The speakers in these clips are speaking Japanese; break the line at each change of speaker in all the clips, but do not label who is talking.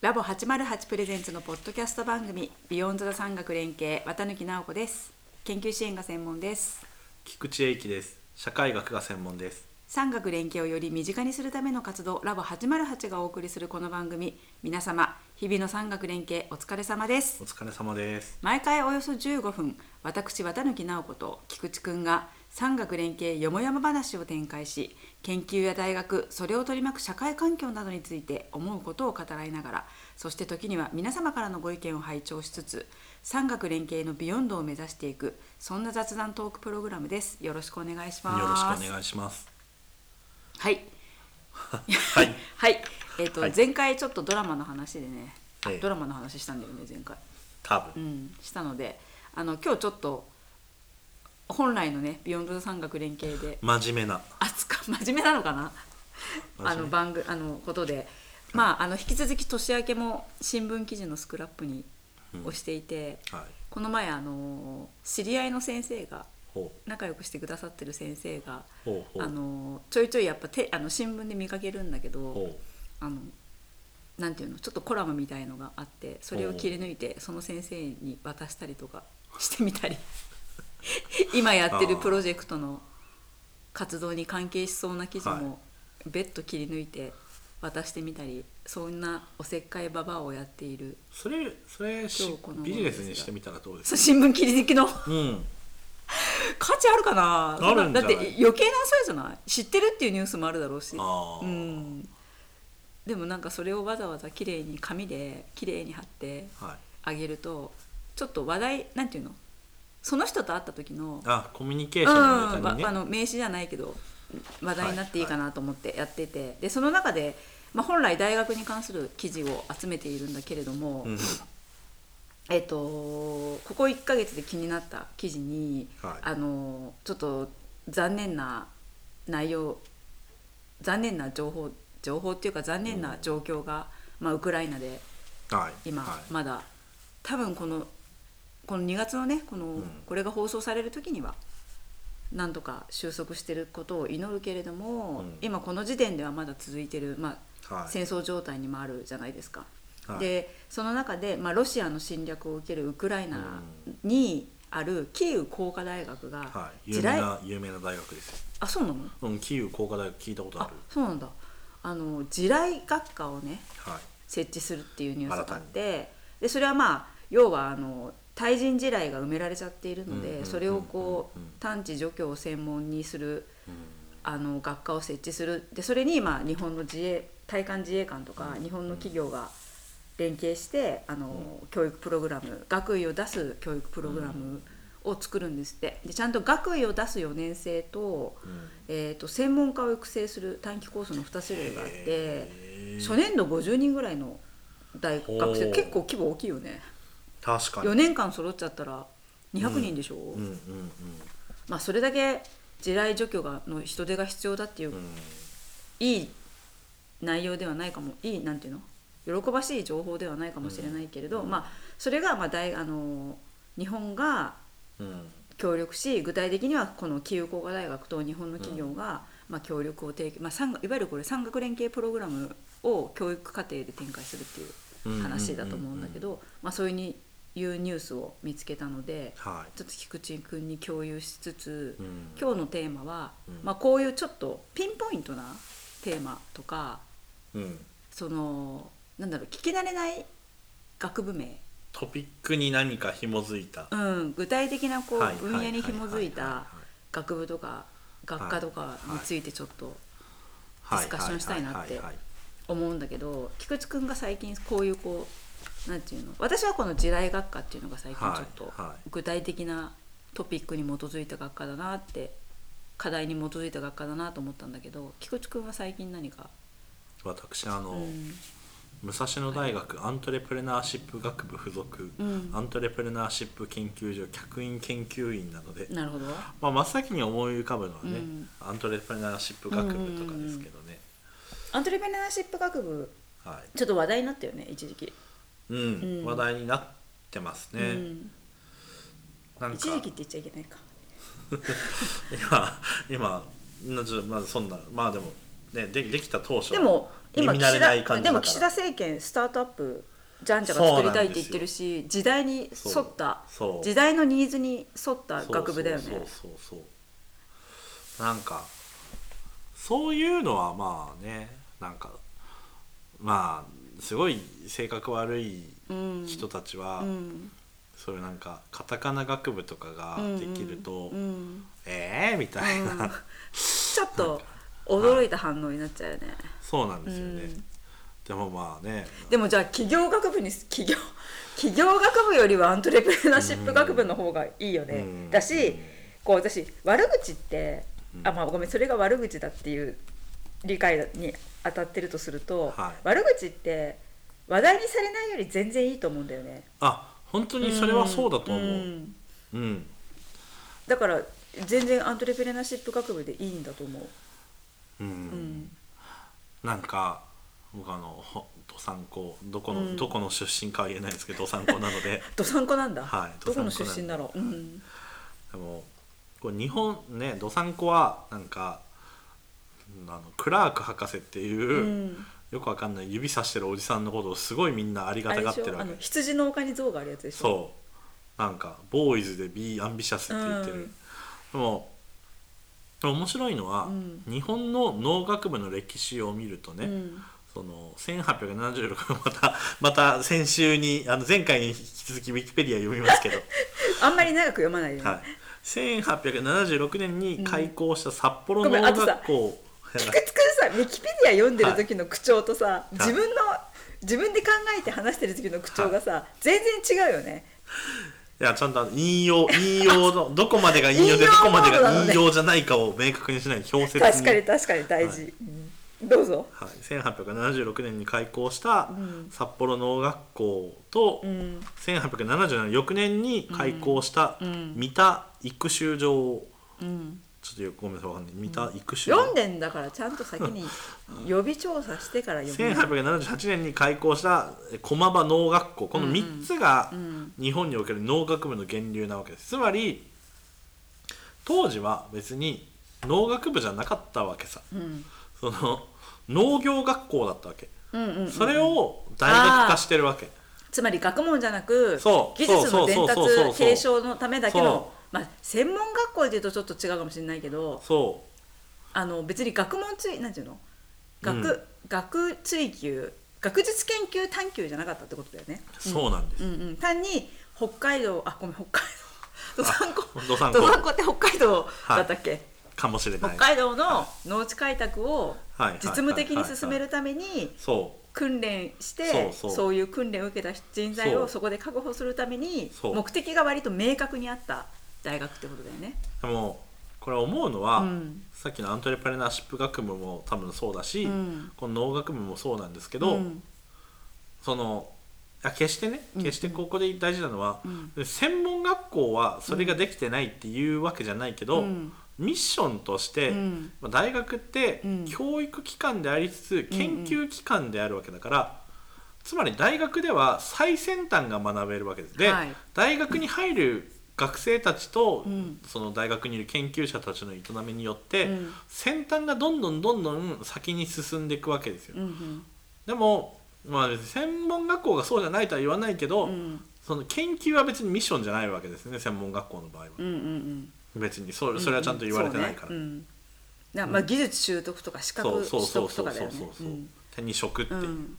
ラボ808プレゼンツのポッドキャスト番組ビヨンドザ産学連携綿貫直子です研究支援が専門です
菊池英樹です社会学が専門です
産学連携をより身近にするための活動ラボ808がお送りするこの番組皆様日々の産学連携お疲れ様です
お疲れ様です
毎回およそ15分私綿貫直子と菊池くんが産学連携よもやま話を展開し研究や大学それを取り巻く社会環境などについて思うことを語らいながらそして時には皆様からのご意見を拝聴しつつ産学連携のビヨンドを目指していくそんな雑談トークプログラムですよろしくお願いし
よ
ます
ろしくお願いします
はい
はい
はいえっ、と、
はい
前回ちょっとドラマの話でね、
ええ
ドラマの話したんだよね前回
多
う
分
ん、したのであの今日ちょっと本来のね「ビヨンドザ産学連携で」
真面目な
扱う真面目なのかな
真
あ
面目
の番組あのことで、まあ、あの引き続き年明けも新聞記事のスクラップに
うん
をしていて、
はい
この前あの知り合いの先生が
ほ
仲良くしてくださってる先生が
うほうほう
あのちょいちょいやっぱてあの新聞で見かけるんだけど
ほ
あのなんていうのちょっとコラムみたいのがあってそれを切り抜いてその先生に渡したりとか してみたり今やってるプロジェクトの活動に関係しそうな記事
はい
も別途切り抜いて渡してみたりそんなおせっかいババアをやっている
うそれそれし
今日この頃
ビジネス
で
に
すが
してみたらどうです
そう新
か
聞切り抜 きの
うん
価値あるかな
あるんじゃない
だって余計なそれじゃない知ってるっていうニュースもあるだろうし
ああ、
うん、でもなんかそれをわざわざ綺麗に紙で綺麗に貼って
はい
あげるとちょっと話題なんていうのその人と会った時の,、
あコミュニケー
うん
ションの中
わ
にね、
あの名刺じゃないけど話題になっていいかなと思ってやってて、でその中で、まあ、本来大学に関する記事を集めているんだけれども、
うん
えっとここ1ヶ月で気になった記事に、
はい
あのちょっと残念な内容残念な情報情報っていうか残念な状況が、まあ、ウクライナで
はい
今、
はい
まだ多分このこの2月のねこの、
ん
これが放送される時にはなんとか収束してることを祈るけれども、
うん
今この時点ではまだ続いてる、まあ
はい
戦争状態にもあるじゃないですか。
はい
でその中で、まあ、ロシアの侵略を受けるウクライナにあるキーウ工科大学が、
はい、
地
有名
雷
な有名な大学ですよ
あそうなの
うんキーウ工科大学聞いたことあ
あ
る
そうなんだあの地雷学科をね
はい
設置するっていうニュースがあってでそれはまあ要はあの対人地雷が埋められちゃっているの
うんうんうんうん
で
うん
それをこう探知除去を専門にするあの学科を設置するでそれにまあ日本の自衛対艦自衛官とか日本の企業が連携してあの教育プログラム学位を出す教育プログラムを作るんですってでちゃんと学位を出す4年生と,、
ん
えー、と専門家を育成する短期コースの2種類があって。
へー
初年度50人ぐらいの大
おー
学生結構規模大きいよね
確かに
4年間揃っちゃったら200人でしょ、
うんうんうん
まあ、それだけ地雷除去がの人手が必要だっていう、
うん
いい内容ではないかもいいなんていうの喜ばしい情報ではないかもしれないけれど、まあ、それがまあ大あの日本が
うん
協力し具体的にはこのキーウ工科大学と日本の企業が、まあ、協力を提供、まあ、産学いわゆるこれ産学連携プログラムを教育課程で展開するっていう話だと思うんだけど、まあ、そういうにいうニュースを見つけたので
は
ちょっと菊池君に共有しつつ、
い、うん
今日のテーマは、
うん
まあ、こういうちょっとピンポイントなテーマとか
うん、
そのなんだろう聞き慣れない学部名
トピックに何か紐づいた、
うん、具体的なこ
はいう
分野に紐づい
はいはい
た学部とか学科とかについてちょっとデ
はい
ィスカッションしたいなって
はは
思うんだけど菊池君が最近こういうこうなんていうの私はこの地雷学科っていうのが最近
はい
ちょっと
はい
具体的なトピックに基づいた学科だなって課題に基づいた学科だなと思ったんだけど菊池君は最近何か、
私あの、
うん
武蔵野大学アントレプレナーシップ学部附属、
うん
アントレプレナーシップ研究所客員研究員なので、
なるほど
まあ、真っ先に思い浮かぶのはね、
うん
アントレプレナーシップ学部とかですけどね、
アントレプレナーシップ学部
はい
ちょっと話題になったよね一時期、
うん
うん
話題になってますね、
うん
なんか
一時期って言っちゃいけないか
今今なちょっとまずそんなまあでもねでできた当初
でも今
耳慣れない感じだから
岸田でも岸田政権スタートアップじゃんじゃが作りたいって言ってるし時代に沿った
そう
時代のニーズに沿った学部だよね
そうそうそうそうなんかそういうのはまあねなんかまあすごい性格悪い
うん
人たちは、
うん
そういうなんかカタカナ学部とかができると、
うん
ええー、みたいな、
うんちょっと驚いた反応になっちゃうよね、
そうなんですよね、
うん
でもまあね
でもじゃあ企業学部に企業 企業学部よりはアントレプレナーシップ学部の方がいいよね、
うん
だし、
うん
こう私悪口って、
うん
あまあごめんそれが悪口だっていう理解に当たってるとすると、
はい
悪口って話題にされないより全然いいと思うんだよね。
あ本当にそれはそうだと思う、
ん
うん
だから全然アントレプレナーシップ学部でいいんだと思う。
うん
ん
なんか僕あのほどさんこどこの、
うん
どこの出身かは言えないですけどどさんこなので
どさんこなんだ。
はい
どこの
どさんこなんだ
出身だろう。うん。
でもこう日本ねどさんこはなんかあのクラーク博士っていう、
うん
よくわかんない指さしてるおじさんのことをすごいみんなありが
あ
た
れ
が
で
っ
して
る
ょ。
わ
あ
け
の羊の丘に像があるやつでしょ。
そうなんかボーイズで Be Ambitious って言ってる、
うん
でも面白いのは、
うん
日本の農学部の歴史を見るとね、
うん
その1876またまた先週にあの前回に引き続きウィキペディア読みますけ ど、
あんまり長く読まないでね。
はい、1876年に開校した札幌
うんご
農
めんあとさ
学校、
菊池くんさウィキペディア読んでる時の口調とさ、
い
自分の自分で考えて話してる時の口調がさ、全然違うよね
いやちゃんとあの引用引用 のどこまでが引用
引
で
用
どこまで
モードなの
が
ね
引用じゃないかを明確にしない表説に
確かに確かに大事、うんどうぞ
はい、1876年に開校した
うん
札幌農学校と、
うん
1877翌年に開校した
うん
三田育種場を
うん
ちょっとよくごめんなさいわかんない三田育種場、
読んでんだからちゃんと先に予備調査してから読む
1878年に開校したえ駒場農学校この3つが
うん
日本における農学部の源流なわけですつまり当時は別に農学部じゃなかったわけさ
うん
その農業学校だったわけ
うんうんうん
それを大学化してるわけ
つまり学問じゃなく
そう
技術の伝
そうそうそうそう
達継承のためだけの
そ
まあ専門学校でいうとちょっと違うかもしれないけど
そ
あの別に学問追なんていうの学,、
うん
学追求学術研究探求じゃなかったってことだよね。
うそうなんです、
うんうん、単に北海道あごめん北海道どさんこ
どさんこ
どさんこって北海道だったっけ、
かもしれない
北海道の農地開拓を
はい
実務的に進めるために
そ
訓練して、
そうそう
そういう訓練を受けた人材
そ
を
う
そこで確保するために
そう
目的が割と明確にあった大学ってことだよね。
うでもこれ思うのは、
うん
さっきのアントレプレナーシップ学部も多分そうだし、
うん
この農学部もそうなんですけど、
うん
そのいや決してね
ん
決してここで大事なのは、
う
専門学校はそれができてないっていうわけじゃないけど、
うん
ミッションとして、
うん
まあ大学って
うん
教育機関でありつつ研究機関であるわけだから、つまり大学では最先端が学べるわけです。で、
はい
大学に入る学生たちと、
うん
その大学にいる研究者たちの営みによって、
うん
先端がどんどんどんどん先に進んでいくわけですよ。
うんうん
でもまあ別に専門学校がそうじゃないとは言わないけど、
うん
その研究は別にミッションじゃないわけですね専門学校の場合は、
うんうん
別にそ
うん
れそれはちゃんと言われてないから、
そうねうんなまあ、技術習得とか資格
そう
取
そう
得と
そうそう
かだ
そ
よ
う
ね
そうそう
うん
手に職っていう、
うん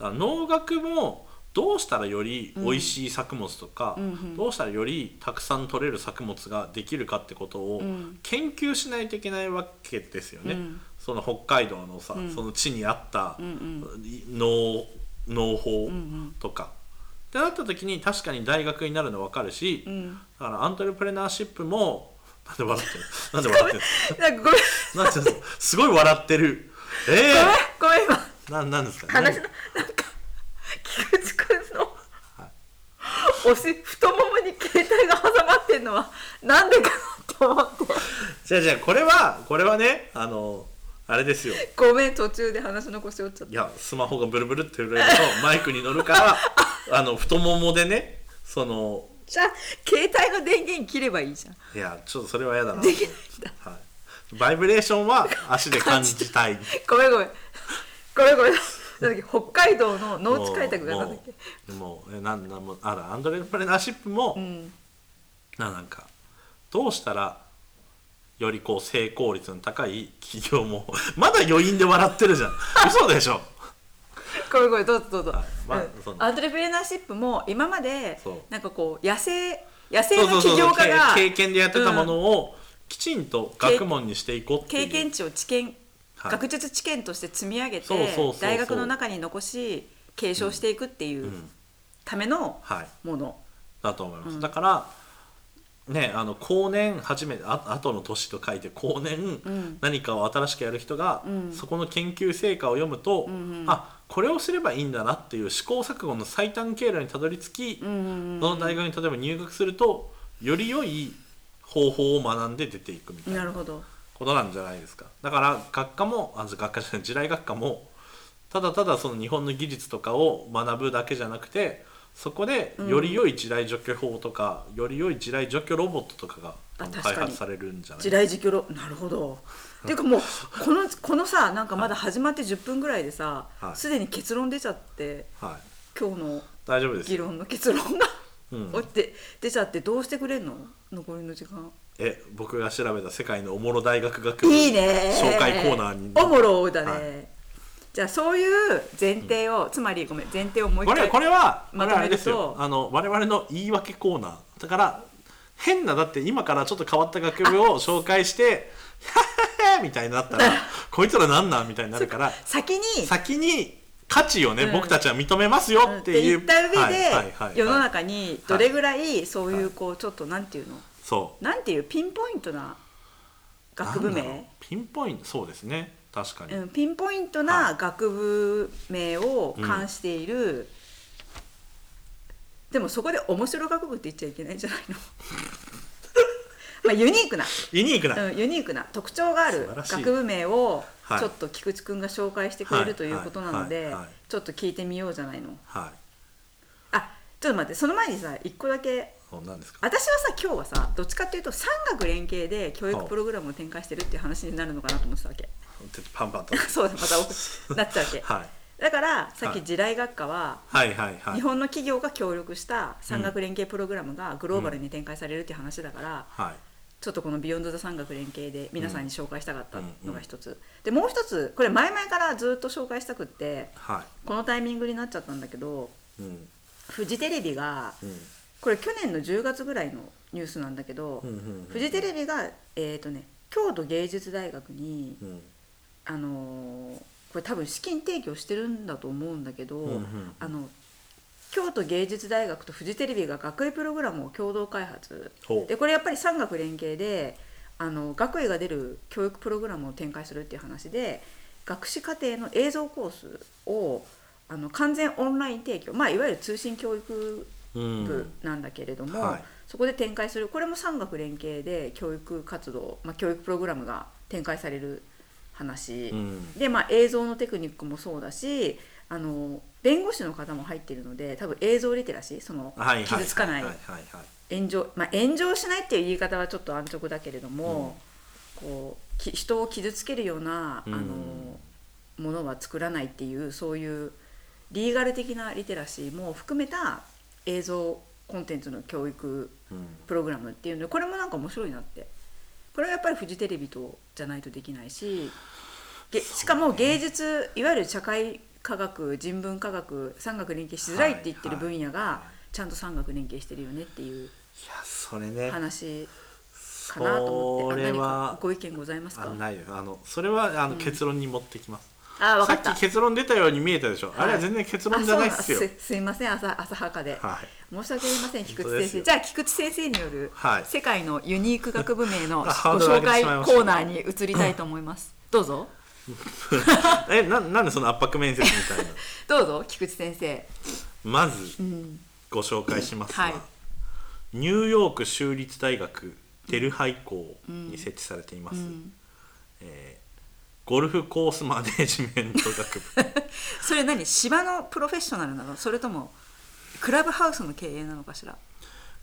だから農学もどうしたらより美味しい作物とか、
うんうん
どうしたらよりたくさん取れる作物ができるかってことを
うん
研究しないといけないわけですよね、
うん
その北海道のさ、
うん
その地に合った
うんうん
農農法
うんうん
とか、ってなった時に確かに大学になるの分かるし、
うん
だからアントレプレナーシップもなんで笑ってるなんで笑ってる
なんかごめん
なんていうのすごい笑ってる
ごめん
え
ごめん今
えー、ななんですか
話のなんか菊池くんのおし太ももに携帯が挟まってんのはなんでかなって思って
じゃあじゃあこれはこれはねあのあれですよ
ごめん途中で話の腰折っちゃっ
い
た
やスマホがブルブルって揺れるとマイクに乗 るからあの太ももでねその
じゃあ携帯の電源切ればいいじゃん
いやちょっとそれは嫌だな、
できないんだ
はい、バイブレーションは足で感じたい
ごめんごめんこれこれなんだっけ北海道の農地開拓がなんだっけ
もうもうでもえなんだもうあらアンドレプレナーシップも、
うん
ななんかどうしたらよりこう成功率の高い企業も まだ余韻で笑ってるじゃん嘘でしょ
これこれどうぞどうぞ
はい、まあ
うん
その
アントレプレナーシップも今まで
そう
なんかこう野生野生
そう
の
そうそう
起業家が
経経験でやってたものをきちんと学問にしていこうってい
経
う
験値を知見、
はい
学術知見として積み上げて
そうそうそうそう
大学の中に残し継承していくっていう
うん
ための
はい
もの、
だと思います、
うん
だからねあの後年初めてあ後の年と書いて後年、
ん
何かを新しくやる人が、
うん
そこの研究成果を読むと、
んうん
あこれをすればいいんだなっていう試行錯誤の最短経路にたどり着き、
うんうん
その大学に例えば入学するとより良い方法を学んで出ていくみた
うん
い
な
な
るほど
ことなんじゃないですかだから学科もあ学科じゃない地雷学科もただただその日本の技術とかを学ぶだけじゃなくてそこでより良い地雷除去法とか、より良い地雷除去ロボットとかがあの
確か
開
に
発されるんじゃない
地雷自供なるほどていうかもうこのこのさなんかまだ始まって10分ぐらいでさ
はい
すで、に結論出ちゃって
はい、
今日の
大丈夫です
議
よ、
論の結論が、
うん
おって出ちゃってどうしてくれんの残りの時間
え僕が調べた世界のおもろ大学学部
いいね
紹介コーナーに
おもろだね、
は
じゃあそういう前提を、つまりごめん前提をもう一
これ
回
これはこ
ま
れ
と
はあ
め
れ
る
ですよ
と
あの我々の言い訳コーナーだから変なだって今からちょっと変わった学部を紹介して 「みたいになったら「こいつらなんなん?」みたいになるから
先に
先に価値をね、
うん
僕たちは認めますよ
うんっ
って
て
いう、
言った
はいはいはいは
上
い
で世の中にどれぐらいそういうこうちょっとなんていうの
そう
なんていうピンポイントな学部
なんだろう
名、
ピンポイントそうですね確かに、
うん、ピンポイント
は
な学部名を冠している、でもそこで面白学部って言っちゃいけないんじゃない のまあユニークな
ユニークな、
うん、ユニークな特徴がある
素晴らしい
学部名を
はい
ちょっと菊池君が紹介してくれ
は
る
い
ということなの
は
で
いはい
ちょっと聞いてみようじゃないの
はい
あちょっと待ってその前にさ一個だけ
そうなんですか
私はさ今日はさどっちかっていうと産学連携で教育プログラムを展開してるっていう話になるのかなと思ってたわけ
パンパンと
そうだまたおなっちゃうわけ
はい
だからさっ
は
き
い
地雷学科は
はいはいはい
日本の企業が協力した産学連携プログラムがグローバルに展開されるっていう話だから、
はい
ちょっとこの「ビヨンド・ザ・産学連携」で皆さんに紹介したかったのが一つ、でもう一つこれ前々からずっと紹介したくって
は
このタイミングになっちゃったんだけど
いうん
フジテレビが
うん
これ去年の10月ぐらいのニュースなんだけど、
うんうんうん
フジテレビが、えーとね、京都芸術大学に、
うん
あのーこれ多分資金提供してるんだと思うんだけど、
んうんうん
あの京都芸術大学とフジテレビが学位プログラムを共同開発
ほう
でこれやっぱり産学連携であの学位が出る教育プログラムを展開するっていう話で学士課程の映像コースをあの完全オンライン提供、まあ、いわゆる通信教育
うん
部なんだけれども、
はい
そこで展開するこれも産学連携で教育活動、まあ、教育プログラムが展開される話、
うん
で、まあ、映像のテクニックもそうだしあの弁護士の方も入ってるので多分映像リテラシーその
はいはい
傷つかない
はいはいはい
炎上、まあ、炎上しないっていう言い方はちょっと安直だけれども、こうき人を傷つけるような、
うん
あのものは作らないっていうそういうリーガル的なリテラシーも含めた映像コンテンツの教育
うん
プログラムっていうのでこれもなんか面白いなってこれはやっぱりフジテレビとじゃないとできないしげしかも芸術いわゆる社会科学人文科学産学連携しづらいって言ってる分野
はいは
がちゃんと産学連携してるよねっていう
いやそれね
話
そ
かなと思って
れ
あ何か
は
ご意見ございます
あ
か
ないよあのそれはあの結論に持ってきます、
あ分
さ
か
っ
った
き結論出たように見えたでしょ、あれは全然結論じゃないっすよ
あそうなんすすいません浅浅はかで、
はい
申し訳ありません菊池
本当で
先
すよ
生じゃあ菊池先生による
はい
世界のユニーク学部名のご
あハード
紹
ル上げ
介
てし
コ
まいました
ーナーに移りたいと思います どうぞ
えななんでその圧迫面接みたいな
どうぞ菊池先生
まず
うん
ご紹介しますが、
はい
ニューヨーク州立大学デルハイ校に設置されています、
うん
えーゴルフコースマネージメント学部
それ何芝のプロフェッショナルなのそれともクラブハウスの経営なのかしら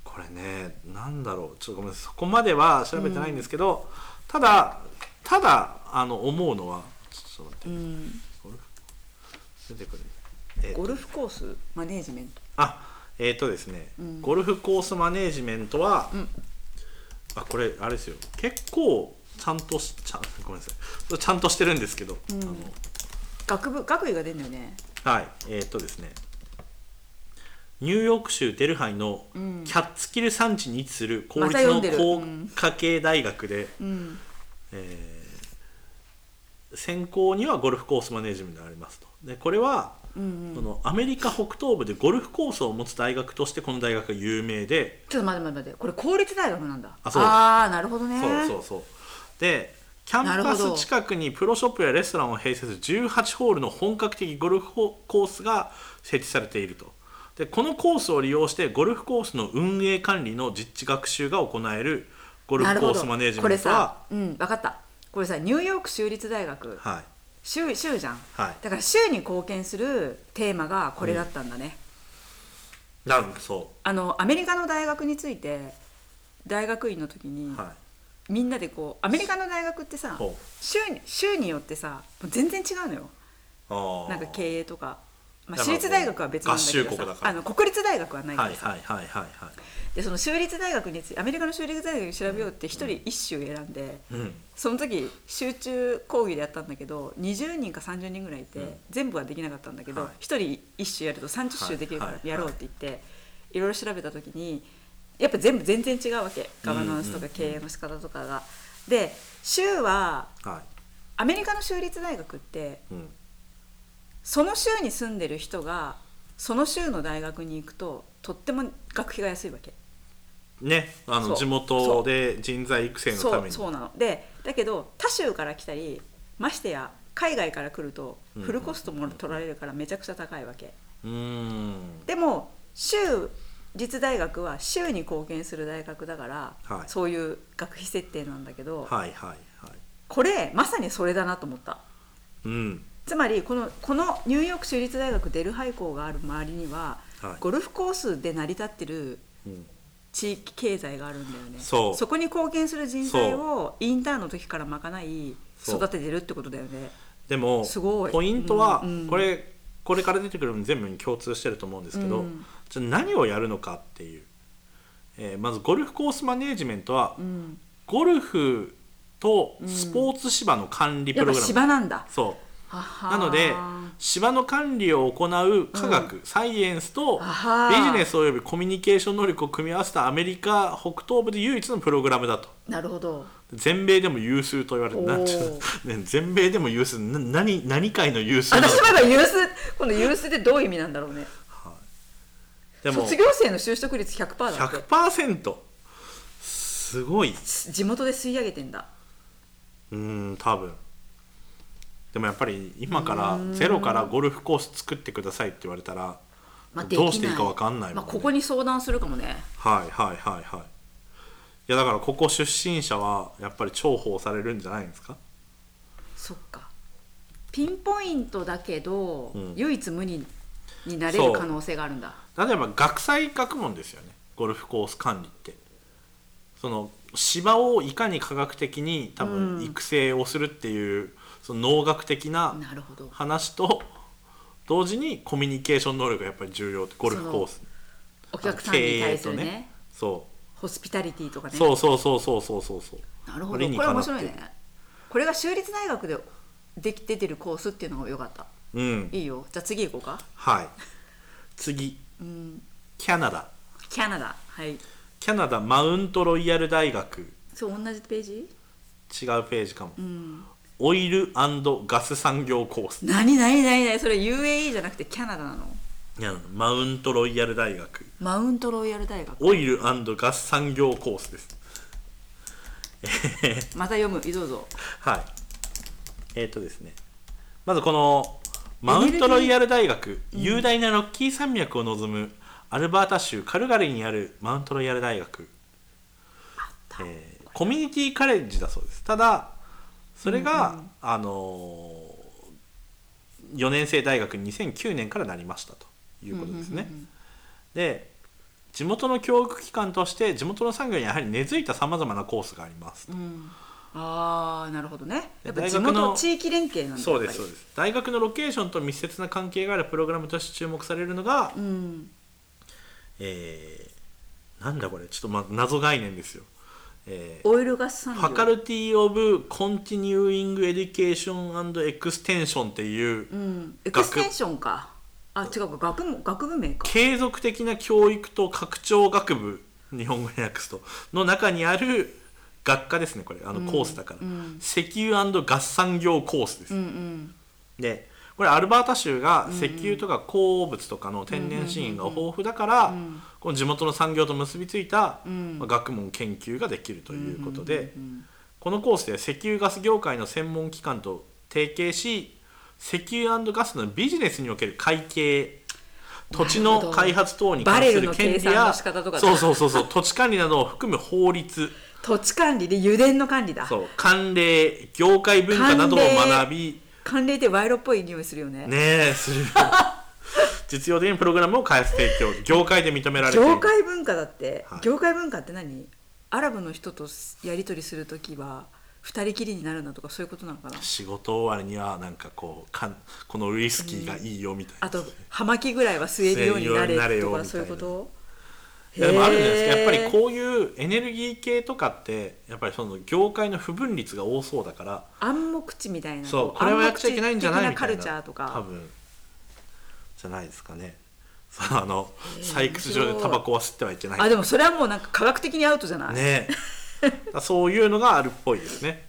これねなんだろうちょっとごめんなさいそこまでは調べてないんですけど、ただただあの思うのはちょっと待って
うん
ゴルフ出てくる、えーと
ゴルフコースマネージメント
あえっ、とですね、
うん
ゴルフコースマネージメントは、
ん
あこれあれですよ結構ちゃんとしちゃんごめんなさいちゃんとしてるんですけど、
ん
あの
学部学位が出るんだよね
はいえっ、とですねニューヨーク州デルハイのキ
ん
ャッツキル山地に位置する公
また
立
読
の
んでる
工
うん
科系大学で、
うん
えー専攻にはゴルフコースマネージメントがありますとでこれは、
うん
そのアメリカ北東部でゴルフコースを持つ大学としてこの大学が有名で、
ちょっと待って待って待ってこれ公立大学なんだ
あそう
あーなるほどね
そうそうそうでキャン
な
パ
るほ
ス
ど
近くにプロショップやレストランを併設する18ホールの本格的ゴルフコースが設置されているとでこのコースを利用してゴルフコースの運営管理の実地学習が行えるゴル
な
フ
る
コ
ほ
ー
ど
スマネージ
こ
メ
れ
ントは
さうん分かったこれさニューヨーク州立大学
はい
州州じゃん、
はい
だから州に貢献するテーマがこれだったんだね、
なるそ
あのアメリカの大学について大学院の時に、
うはい
みんなでこうアメリカの大学ってさ
ほ
州に州によってさもう全然違うのよ
あー
なんか経営とか、まあ、
だから
私立大学は別なんだけど
合衆
さ
国だから
あの国立大学はないか
は
ら
い
さ、
はいはいはいはい
でその州立大学についアメリカの州立大学に調べようって一人一州選んで、
うん
その時集中講義でやったんだけど20人か30人ぐらいいて、
うん
全部はできなかったんだけど、
はい
一1人1週やると30週できるか
は
ら
い
やろうって言って、いろいろ調べた時にやっぱ全部全然違うわけガバナンスと
うんうんう
か
ん
経営の仕方とかが。で州は
は
アメリカの州立大学って
いうん
その州に住んでる人がその州の大学に行くととっても学費が安いわけ。
ねあ
そ
の
う
地元で人材育成のた
そ
め
う
に
そうなのでだけど他州から来たりましてや海外から来ると
うん
フルコストも取られるからめちゃくちゃ高いわけ、
うーん
でも州立大学は州に貢献する大学だから、
はい
そういう学費設定なんだけど、
はいはいはい
これまさにそれだなと思った
うん
つまりこのこのニューヨーク州立大学デルハイ校がある周りには、
はい
ゴルフコースで成り立ってる
うん
地域経済があるんだよね
そう
こに貢献する人材をインターンの時から賄い
そう
育ててるってことだよね
でも
すごい
ポイントは、
うんうん
これこれから出てくるのに全部に共通してると思うんですけど、
うん
じゃあ何をやるのかっていう、えーまずゴルフコースマネージメントは、
うん
ゴルフとスポーツ芝の管理プ
や
ロ
っぱ
グラム、
芝なんだ
そう
な
なので芝の管理を行う科学、サイエンスと
あは
ビジネスおよびコミュニケーション能力を組み合わせたアメリカ北東部で唯一のプログラムだと
なるほど
全米でも有数と言われて
おー
なんちゅう、ね、全米でも有数な何何界の有数なの
私もやっぱユース今度ユースってどういう意味なんだろうね
でも
卒業生の就職率100%だって
100%すごい
地元で吸い上げてんだ
うん多分でもやっぱり今からゼロからゴルフコース作ってくださいって言われたら、
まあできな
どうしていいか分かんない
ま
もんね
あ、ここに相談するかもね
はいはいはいはいいやだからここ出身者はやっぱり重宝されるんじゃないんですか
そっかピンポイントだけど、
ん
唯一無二になれる可能性があるんだ
例えば学際学問ですよねゴルフコース管理ってその芝をいかに科学的に多分育成をするっていう、その農学的な
なるほど
話と同時にコミュニケーション能力がやっぱり重要ってゴルフコース
お客さんに対するね
そ
ホスピタリティとか
う
ね
そうそうそうそうそうそうそう
なるほ
こ
ど
れに
こ
か
れ
な
面
って
白いねこれが州立大学ででき出てるコースっていうのが良かった
うん
いいよじゃあ次行こうか
はい次、キャナダ
キャナダはい
キャナダマウントロイヤル大学違う
そう同じページ
ページかも、オイルガス産業コース
何何何何それ UAE じゃなくてキャナダなの
うんマウントロイヤル大学
マウントロイヤル大学
オイルガス産業コースです
また読むどうぞ
はいえっ、とですねまずこのマウントロイヤル大学雄大なロッキー山脈を望むアルバータ州カルガリーにあるマウントロイヤル大学、えーコミュニティカレッジだそうですただそれが、あのー、4年生大学に2009年からなりましたということですね、で地元の教育機関として地元の産業にやはり根付いたさまざまなコースがありますと
うんああなるほどねやっぱ
大
地
学の
元地域連携なんだ
そうですそ
やっ
う
ぱ
です大学のロケーションと密接な関係があるプログラムとして注目されるのが、
りうん
えーなんだこれちょっと、ま、謎概念ですよ、えー
オイルガス産業
ファカルティ・オブ・コンティニューイング・エディケーションエクステンションっていう、
うんエクステンションかあ違うか学部学部名か
継続的な教育と拡張学部日本語に訳すとの中にある学科ですねこれあのコースだから、石油ガス産業コースです、
うんうん
でこれアルバータ州が石油とか鉱物とかの天然資源が豊富だから、この地元の産業と結びついた、
ん
まあ学問研究ができるということで、
うんうん
このコースでは石油ガス業界の専門機関と提携し石油ガスのビジネスにおける会計土地
なる
の
ほど
開発等に関す
バレル
る
の
権
計
利
算
や
の仕方とかだ
そうそうそうそう土地管理などを含む法律
土地管理で油田の管理だ
そう慣例業界文化などを学び
管理で賄賂っぽい匂いするよね
ね えする実用的にプログラムを開発提供業界で認められている
業界文化だって、
はい
業界文化って何アラブの人とやり取りする時は二人きりになるなとかそういうことなのかな
仕事終わりにはなんかこうかんこのウイスキーがいいよみたいな、
あと葉巻ぐらいは吸えるようにな
吸えるようになれ
れ
よ
とか
みたいな
そういうこと
いやでもあるんじゃないですか
へ
や
ー
っぱりこういうエネルギー系とかってやっぱりその業界の不分率が多そうだから
暗黙知みたいな
そうこれはやっちゃいけないんじゃない
暗
み
黙知的
た
カ
い
ル
な
チャーとか
多分じゃないですかねそうあの
へー
採掘場でタバコは吸ってはいけない
あでもそれはもうなんか科学的にアウトじゃない、
ねえだからそういうのがあるっぽいですね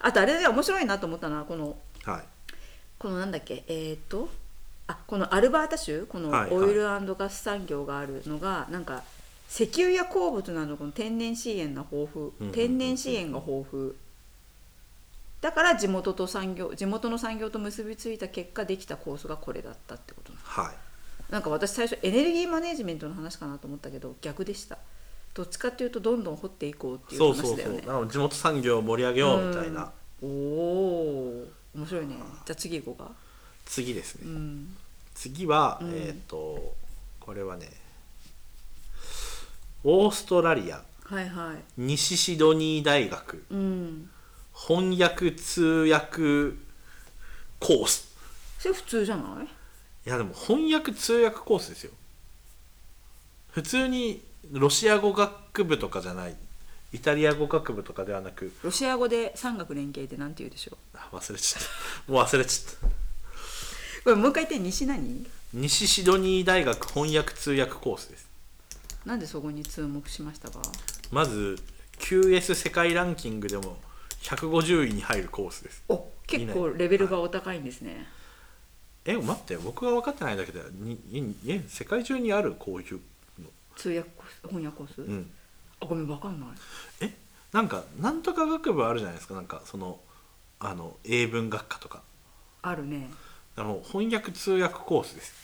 あとあれで面白いなと思ったのはこの
はい
このなんだっけえーっとあこのアルバータ州この
はいはい
オイルガス産業があるのが、なんか石油や鉱物などこの天然資源が豊富、
うんうん
天然資源が豊富だから地元と産業地元の産業と結びついた結果できたコースがこれだったってことなの
はい
なんか私最初エネルギーマネジメントの話かなと思ったけど逆でしたどっちかっていうとどんどん掘っていこうっていう
そう
話だ
そ
よ
う
ね
そうなので地元産業を盛り上げようみたいな、
うんおお面白いねじゃあ次行こうか
次ですね、
うん
次は、
うん
えっ、とこれはねオーストラリア
はいはい
西シドニー大学
うん
翻訳通訳コース
それ普通じゃない
いやでも翻訳通訳コースですよ普通にロシア語学部とかじゃないイタリア語学部とかではなく
ロシア語で産学連携ってなんて言うでしょ
あ忘れちゃった もう忘れちゃった
うこれもう一回言って西何
西シドニー大学翻訳通訳コースです
なんでそこに注目しましたか
まず QS 世界ランキングでも150位に入るコースです
お結構レベルがお高いんですね
え待って僕が分かってないだけでににえ世界中にあるこういうの
通訳コース翻訳コース、
うん
あごめんわかんない
えなんかなんとか学部あるじゃないですかなんかそのあの英文学科とか
あるね
あの翻訳通訳コースです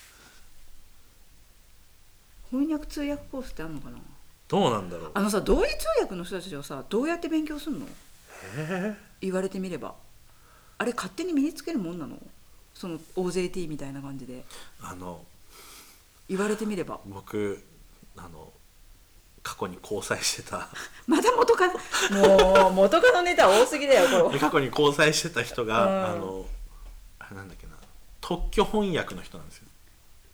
翻訳通訳コースってあるのかな
どうなんだろう
あのさ同意通訳の人たちはさどうやって勉強するの言われてみればあれ勝手に身につけるもんなのその OJT みたいな感じで
あの
言われてみれば
僕あの過去に交際して た
また元カノもう元カノネタ多すぎだよこれ
過去に交際してた人
う
が、
ん
あのあれなんだっけな特許翻訳の人なんですよ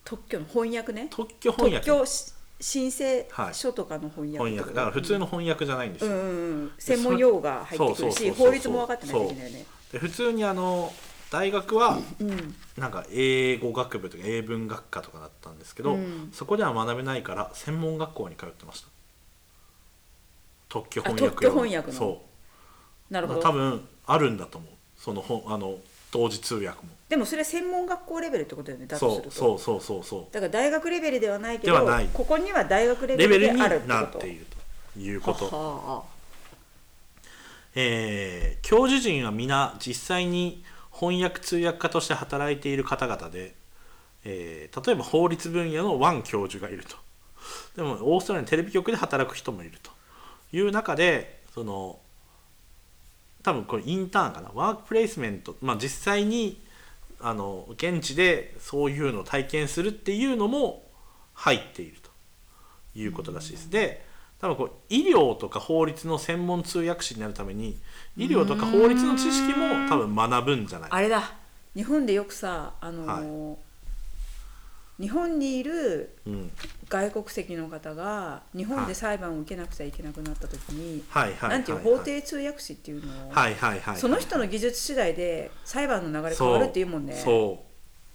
特許の翻訳ね
特許翻
特
訳
許し申請
はい
書とかの翻訳
翻
と
訳だから普通の翻訳じゃないんです
う
よ、
んうんうん専門用語が入ってくる
そうそうそう
し
そう
法律も分かってないといけないよね
で普通にあの大学は
うん
なんか英語学部とか英文学科とかだったんですけど、
うん
そこでは学べないから専門学校に通ってました特許
あ
翻訳用
特許翻訳の
そ
な
う
るほ
多
ど
分あるんだと思うその本あの同時通訳も
でもそれ専門学校レベルってことだよねだとする
そう
と
そうそうそうそ
だから大学レベルではないけ
で
ど
はない
ここには大学レ
う
ベル
レベ
で
ルに
あるってこと
なっているということ
はあは
えー教授陣は皆実際に翻訳通訳家として働いている方々で、えー例えば法律分野のワン教授がいるとでもオーストラリアのテレビ局で働く人もいるという中でその多分これインターンかなワークプレイスメント、まあ、実際にあの現地でそういうのを体験するっていうのも入っているということらしいです。で多分こう医療とか法律の専門通訳士になるために医療とか法律の知識も多分学ぶんじゃない
あれだ日本でよくさあのー日本にいる
うん、
外国籍の方が日本で裁判を受けなくちゃいけなくなった時に、
はいはいはいはい
なんていう法廷通訳士っていうのを、
はいはいはい
その人の技術次第で裁判の流れ変わるっていうもんね
そ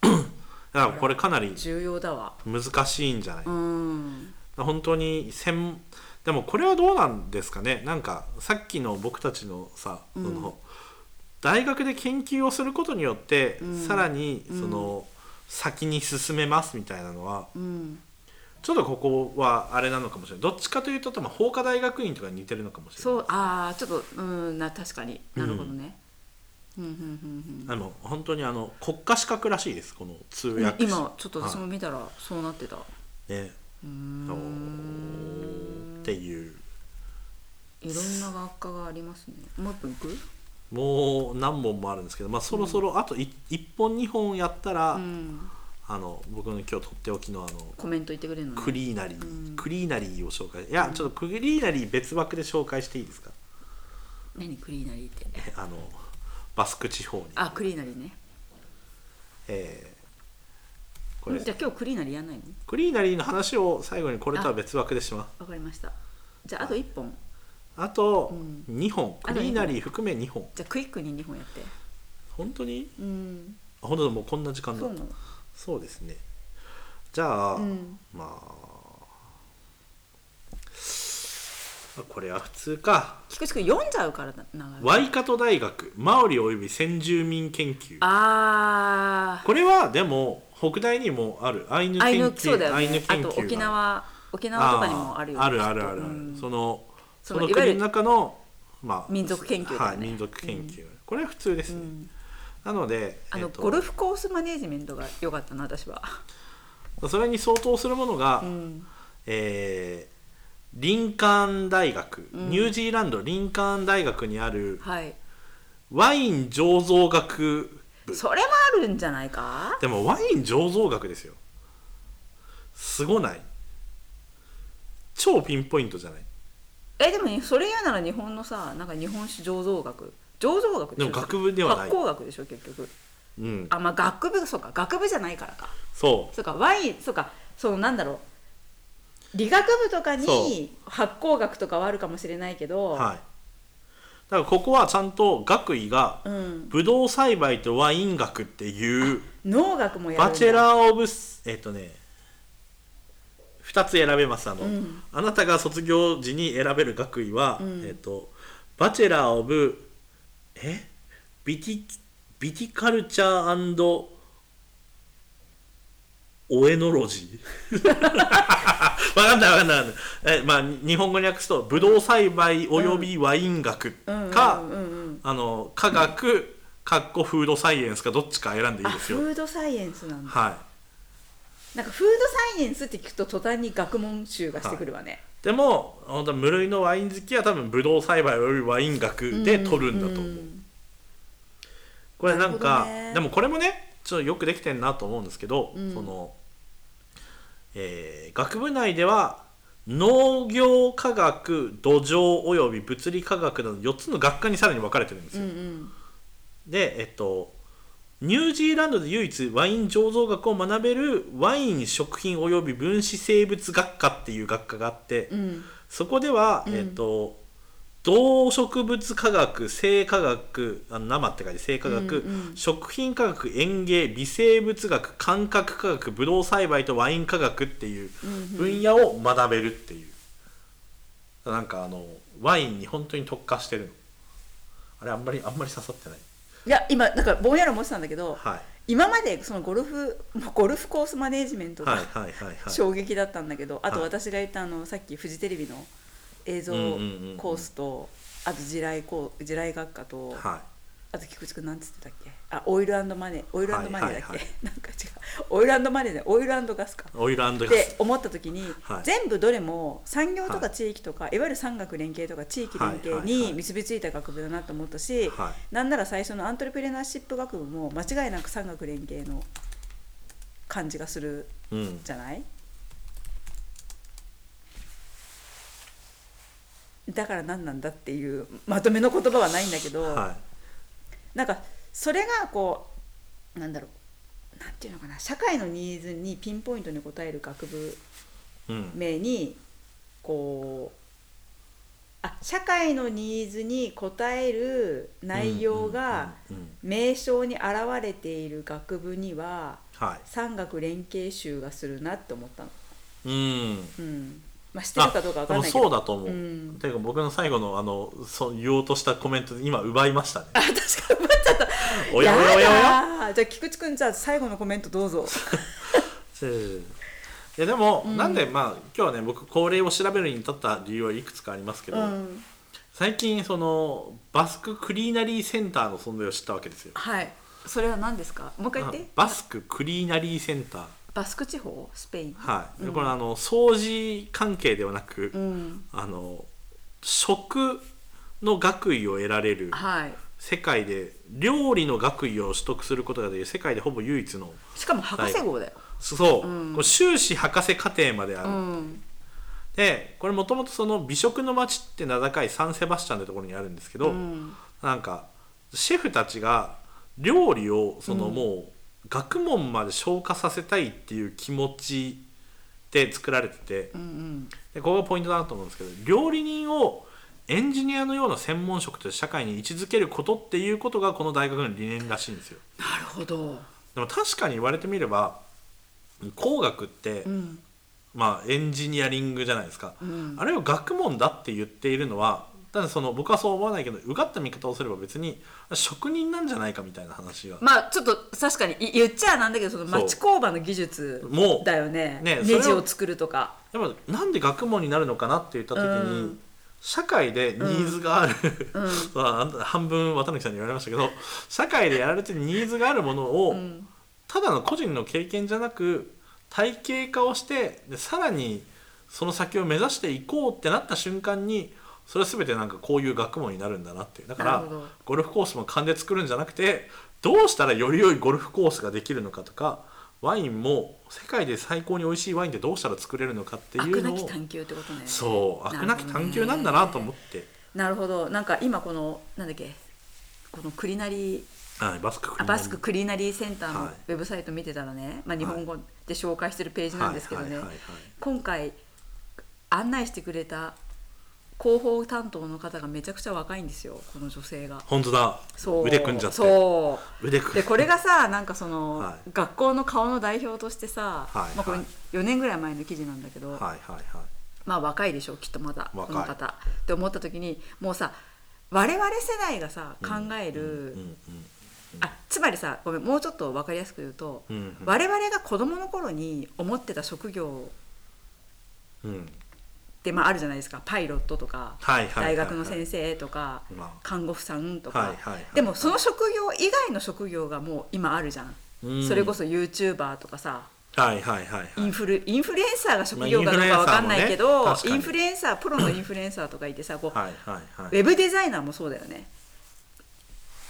う だからこれかなり
重要だわ
難しいんじゃない、
うん
本当に専でもこれはどうなんですかねなんかさっきの僕たちのさ、その大学で研究をすることによって、さらにその、先に進めますみたいなのは
うん
ちょっとここはあれなのかもしれないどっちかというと多分法科大学院とかに似てるのかもしれない
そうああちょっとうんな確かになるほどね、うん、うんうんうん
あの本当にあの国家資格らしいですこの通
うん
訳士
今ちょっと私も見たらそうなってた、
ね
うー
そうんっていう
いろんな学科がありますねもう一本いく
もう何本もあるんですけど、まあ、そろそろあと 1,、一本2本やったら、
うん
あの僕の今日とっておきのあの
コメント言ってくれるのね
クリーナリー、
うん
クリーナリーを紹介いやちょっとクリーナリー別枠で紹介していいですか
何クリーナリーって
えあのバスク地方に、
あクリーナリーね
えーこれ
じゃあ今日クリーナリーやんないの
クリーナリーの話を最後にこれとは別枠でします
わかりましたじゃああと1本
あと
うん
2本、
あと
クリーナリー含め2本
じゃあクイックに2本やって
本当に
うん
あ本当だもうこんな時間だ
そうなの
そうですねじゃあ、
うん
まあこれは普通か
菊池君読んじゃうからな長い
ワイカト大学マオリおよび先住民研究
あ
これはでも北大にもあるアイヌ
ーア
研
イヌそうだ
究
よ
アイ
ね
ヌ
あ
研究
と
が
沖縄沖縄とかにもあるよね
あるある
きっ
あ
と
るある、
うん
その
そ
そ
の
の
いわゆ
国
る
の中の、まあ、
民族研究だよね
はい民族研究、これは普通ですね、なので
あの
えっと
ゴルフコースマネージメントが良かったな私は
それに相当するものが、
うん
えーリンカーン大学、ニュージーランドリンカーン大学にある
はい
ワイン醸造学部
それもあるんじゃないか
でもワイン醸造学ですよすごない超ピンポイントじゃない
えでもねそれ言うなら日本のさなんか日本酒醸造学醸造学
でも学部ではない
発酵学でしょ結局
うん
あまあ学部そうか学部じゃないからか
そ
そうかワインそうかそのなんだろう理学部とか
そ
に発酵学とかはあるかもしれないけど、
うはいだからここはちゃんと学位が
うん、
ブドウ栽培とワイン学っていう
農学もやるんだ
バチェラー・オブスえっ、とね2つ選べますあの、
うん
あなたが卒業時に選べる学位は、
うん
えっ、とバチェラー・オブえビティビティカルチャーオエノロジ ーわかんないわかんないわかんないえ、まあ、日本語に訳すとブドウ栽培およびワイン学
うん
か、
うんうんうん
あの科学かっこフードサイエンスかどっちか選んでい
あ
いですよ
フードサイエンスなんだ
はい
なんかフードサイエンスって聞くと途端に学問集がしてくるわね、
でも本当無類のワイン好きは多分ブドウ栽培およびワイン学で取るんだと思う、
ん
これな
な
ん
る
か
ほどね
でもこれもねちょっとよくできてんなと思うんですけど、
ん
その、えー学部内では農業科学土壌および物理科学など4つの学科にさらに分かれてるんです
うん
よ、
うん
でえっとニュージーランドで唯一ワイン醸造学を学べるワイン食品および分子生物学科っていう学科があって、
うん
そこでは、えっ、と動植物科学生化学あの生って書いて生化学、
うんうん
食品科学園芸微生物学感覚科学ブドウ栽培とワイン科学っていう分野を学べるっていう、なんかあのワインに本当に特化してるのあれあんまりあんまり刺さってない
いや今なんかぼんやり思ってたんだけど、
はい
今までそのゴルフもうゴルフコースマネージメントが、
はいはいはいはい
衝撃だったんだけどあと
はい
私が言ったあのさっきフジテレビの映像
うんうんうんうん
コースとあと地雷こう地雷学科と、
はい
あと菊池君なんつってたっけあオイルマネーオイルマネーだっけ、
はいはいはい
なんか違うオイルマネーでオイルガスか。
オイルガス
って思った時に、
はい
全部どれも産業と
は
か
い
地域とか、い、わゆる産学連携とか地域連携
はいはいは
に
い
結びついた学部だなと思ったし、
は
なんなら最初のアントレプレナーシップ学部も間違いなく産学連携の感じがする
うん
じゃないだから何なんだっていうまとめの言葉はないんだけど、
は
なんかそれがこうなんだろうなんていうのかな社会のニーズにピンポイントに応える学部
い、うん、
名にこうあ社会のニーズに応える内容が
うんうんうんうん
名称に表れている学部には
は
産学連携集がするなって思ったの。
い、うん、
うんまあ、知ってるかどうかわかんないけ
あでもそう
ど。
だと思う、
うん
ていうか僕の最後のあのそう言おうとしたコメントで今奪いましたね
あ確かに奪っちゃった。
おやおやおやおや
やだーじゃあ菊池くんじゃあ最後のコメントどうぞ。
せーいやでも、なんでまあ今日はね僕高齢を調べるに至った理由はいくつかありますけど、
うん、
最近そのバスククリーナリーセンターの存在を知ったわけですよ
はい。それは何ですか。もう一回言って。
バスククリーナリーセンター
バスク地方スペイン。
はい、で
うん
これあの掃除関係ではなく、
うん。
あの食の学位を得られる
はい。
世界で料理の学位を取得することができる世界でほぼ唯一の
しかも博士号だよ。
そう、
うん
これ修士博士課程まである、
うん。
でこれもともとその美食の街って名高いサンセバスチャンってところにあるんですけど、
うん
なんかシェフたちが料理をその
うん
もう学問まで昇華させたいっていう気持ちで作られてて
うんうん。
でここがポイントだなと思うんですけど料理人をエンジニアのような専門職として社会に位置づけることっていうことがこの大学の理念らしいんですよ。
なるほど。
でも確かに言われてみれば工学って、
うん。
まあエンジニアリングじゃないですか、
うん
あれを学問だって言っているのはただその僕はそう思わないけどうがった見方をすれば別に職人なんじゃないかみたいな話が、
まあちょっと確かにい言っちゃなんだけどその
そう
町工場の技術
もう
だよね
ねそれ
ネ
を
ジを作るとか
やっぱなんで学問になるのかなって言った時に、
うん
社会でニーズがあ
ん
る、まあ半分綿貫さんに言われましたけど社会でやられてるニーズがあるものを、
ん
ただの個人の経験じゃなく体系化をしてでさらにその先を目指していこうってなった瞬間にそれは全てなんかこういう学問になるんだなっていうだか
な
ら
るほど
ゴルフコースも勘で作るんじゃなくてどうしたらより良いゴルフコースができるのかとかワインも世界で最高に美味しいワインってどうしたら作れるのかってい
飽
う
く
の
な
を
き探求ってことね
そう飽くなき探求なんだなと思って、
なるほどなんか今このなんだっけこのクリナリー
はい、バスクク
あ
リーナ
バ
リー
スククリーナリーセンターの
は
ウ
い
ェブサイト見てたらね、まあ、日本語で紹介してるページなんですけどね、
はいはいはいはい
今回案内してくれた広報担当の方がめちゃくちゃ若いんですよこの女性が。
本当だ
そう
腕組んじゃって
そう
腕組ん
でこれがさなんかその、
はい
学校の顔の代表としてさ、
はい
まあ、これ
はい
4年ぐらい前の記事なんだけど、
はいはいはい
まあ若いでしょうきっとまだこ
若い
の方って思った時にもうさ我々世代がさ考える、
うん
あつまりさごめんもうちょっと分かりやすく言うと、
うんうん
我々が子どもの頃に思ってた職業
うんうん
って、まあ、あるじゃないですかパイロットとか、
はいはいはいはい
大学の先生とか、
まあ
看護婦さんとか、
はいはいはい
でもその職業以外の職業がもう今あるじゃん、
うん
それこそ YouTuber とかさ
はいはいはい
イ
はい
ンフルインフルエンサーが職業かどうか
まあイン
分
フルエンサーもね
かんないけど、
確かに
インフルエンサープロのインフルエンサーとかいてさこう、
はいはいはい
ウェブデザイナーもそうだよね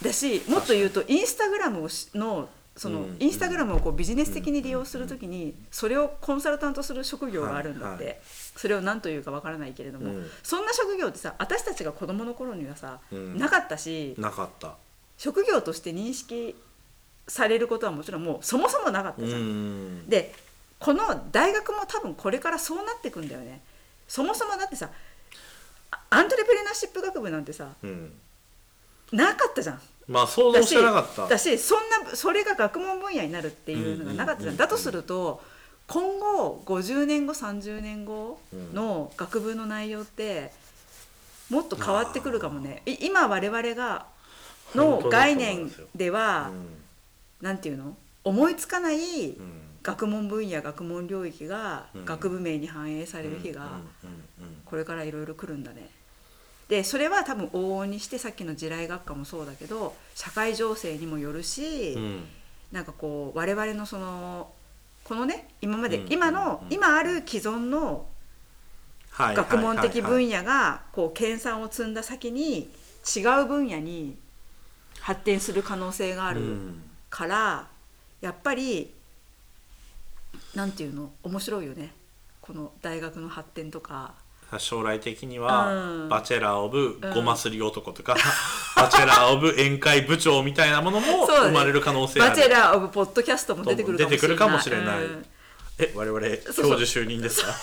だしもっと言うとインスタグラムをしのその
うん
インスタグラムをこうビジネス的に利用するときにそれをコンサルタントする職業があるんだっ
はいは
てそれを何というかわからないけれども
うん
そんな職業ってさ私たちが子どもの頃にはさ
うん
なかったし
なかった
職業として認識されることはもちろんもうそもそもなかっ
う
たじゃん。
ん
でこの大学も多分これからそうなってくんだよね。そもそもだってさあアントレプレナーシップ学部なんてさ
うん
なかったじゃん。
まあ想像してなかった
だしそんなそれが学問分野になるっていうのがなかったじゃん。
うんうんうんうん
だとすると今後50年後30年後の学部の内容ってもっと変わってくるかもね。い今我々がの
本当だ
概
そうなん
念
ですよ
で
う
は、
ん
なんていうの思いつかない
うん
学問分野学問領域が
うん
学部名に反映される日が、
うんうん
これからいろいろ来るんだね。でそれは多分往々にしてさっきの地雷学科もそうだけど社会情勢にもよるし、
うんうん
なんかこう我々のそのこのね今まで、
うん
今の、
うん
今ある既存の
はいはいはい
学問的
はい
分野がこう研鑽を積んだ先に違う分野に発展する可能性がある。
うん
からやっぱりなんていうの面白いよねこの大学の発展とか
将来的に
う
は
ん
バチェラー・オブ・ごますり男とか、 バチェラー・オブ・宴会部長みたいなものも
そうだね
生まれる可能性あ
バ
る、
チェラー・オブ・ポッドキャストも出てくるかもしれない
出てくるかもしれない
うん
え我々教
うそう
授就任ですか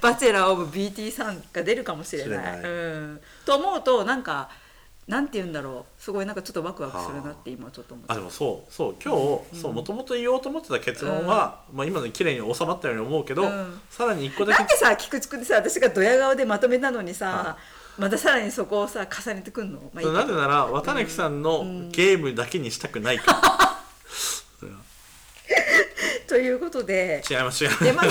バチェラー・オブ・ BT さんが出るかもしれない。
知れない
うん、と思うとなんかなんて言うんだろうすごいなんかちょっとワクワクするなって今ちょっと思っ
あ
た。
でもそうそう今日そうもともと言おうと思ってた結論は、まあ、今のに綺麗に収まったように思うけど、
うん
さらに一個だ
な
け
んでさ菊池君でさ私がドヤ顔でまとめたのにさ
は
またさらにそこをさ重ねてくんの、まあいいけど
なぜなら綿貫さんのゲームだけにしたくないから、それは
ということで
違い ます違います
でまあ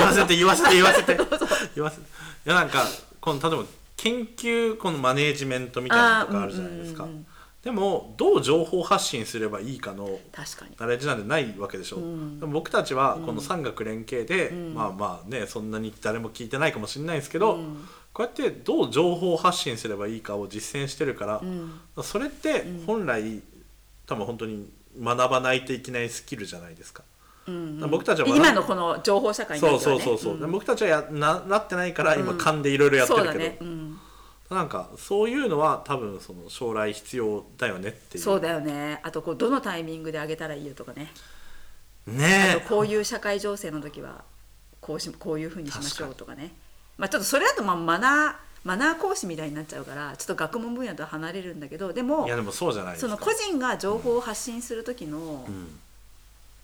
言わせて言わせて言わせ て
どうぞ
言わせていやなんかこの例えば研究このマネージメントみたいなのとかあるじゃないですか、
あーうんうんうん
でもどう情報発信すればいいかの
確かに
ナレッジなんてないわけでしょ、
うん
でも僕たちはこの産学連携で、
ん
まあまあねそんなに誰も聞いてないかもしれないですけど、
うん
こうやってどう情報発信すればいいかを実践してるから、
うん
それって本来、多分本当に学ばないといけないスキルじゃないですか。
うんうん
だから僕たちは学ん
今のこの情報社会にお
そ
いうてはね
そうそうそう、
ん
で僕たちはやななってないから今勘でいろいろやって
そう
る
だ
けど、
ね、うん、
なんかそういうのは多分その将来必要だよねっていう
そうだよねあとこうどのタイミングで上げたらいいよとかねあ と
ねえ
こういう社会情勢の時はこうしこういうふうにしましょうとかねまあちょっとそれだとまあマナーマナー講師みたいになっちゃうからちょっと学問分野とは離れるんだけどでも
いやでもそうじゃないです
そ
か
の個人が情報を発信する時の
うん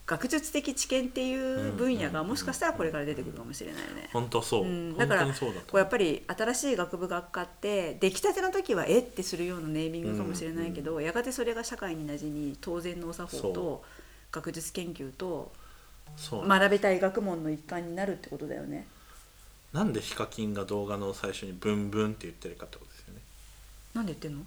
学術的知見っていう分野
うんうんうん
が
うん
もしかしたらこれから出てくるかもしれないよね。
本当そう、
うん、だ
本
か
当
ら
にそう
こ
だ
とう
思
やっぱり新しい学部学科って出来たての時はえってするようなネーミングかもしれないけど、やがてそれが社会に馴染み当然のお作法
そ
と学術研究と
うそう、
学べたい学問の一環になるってことだよね。
なんでヒカキンが動画の最初に「ブンブン」って言ってるかってことですよね
なんで言ってんの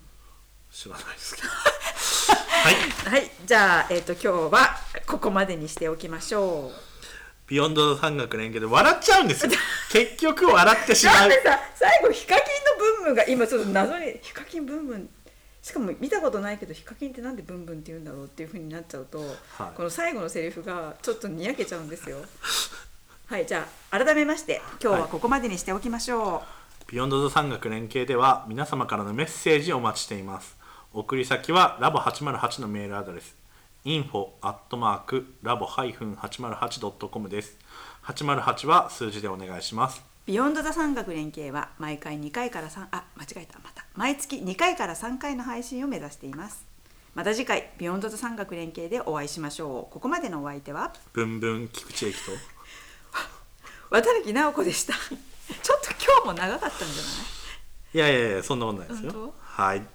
知らないですけど はい
はいじゃあ、えっと今日はここまでにしておきましょう。
ビヨンドの三学連携で笑っちゃう んですよ結局笑ってしま
なん
う
でさ最後ヒカキンのブンブンが今ちょっと謎にヒカキンブンブンしかも見たことないけどヒカキンってなんでブンブンって言うんだろうっていうふうになっちゃうと、
はい
この最後のセリフがちょっとにやけちゃうんですよ。はいじゃあ改めまして今日はここまでにしておきましょう。
ビヨンドザ産学連携では皆様からのメッセージをお待ちしています。送り先はラボ808のメールアドレス info アットマークラボ -808.com です。808は数字でお願いします。
ビヨンドザ産学連携は毎回2回から3あ間違えたまた毎月2回から3回の配信を目指していますまた次回ビヨンドザ産学連携でお会いしましょうここまでのお相手は
ブンブン菊池駅と。
渡辺直子で したちょっと今日も長かったんじゃない
いやいやいや、そんなことないです
本
よ。はい。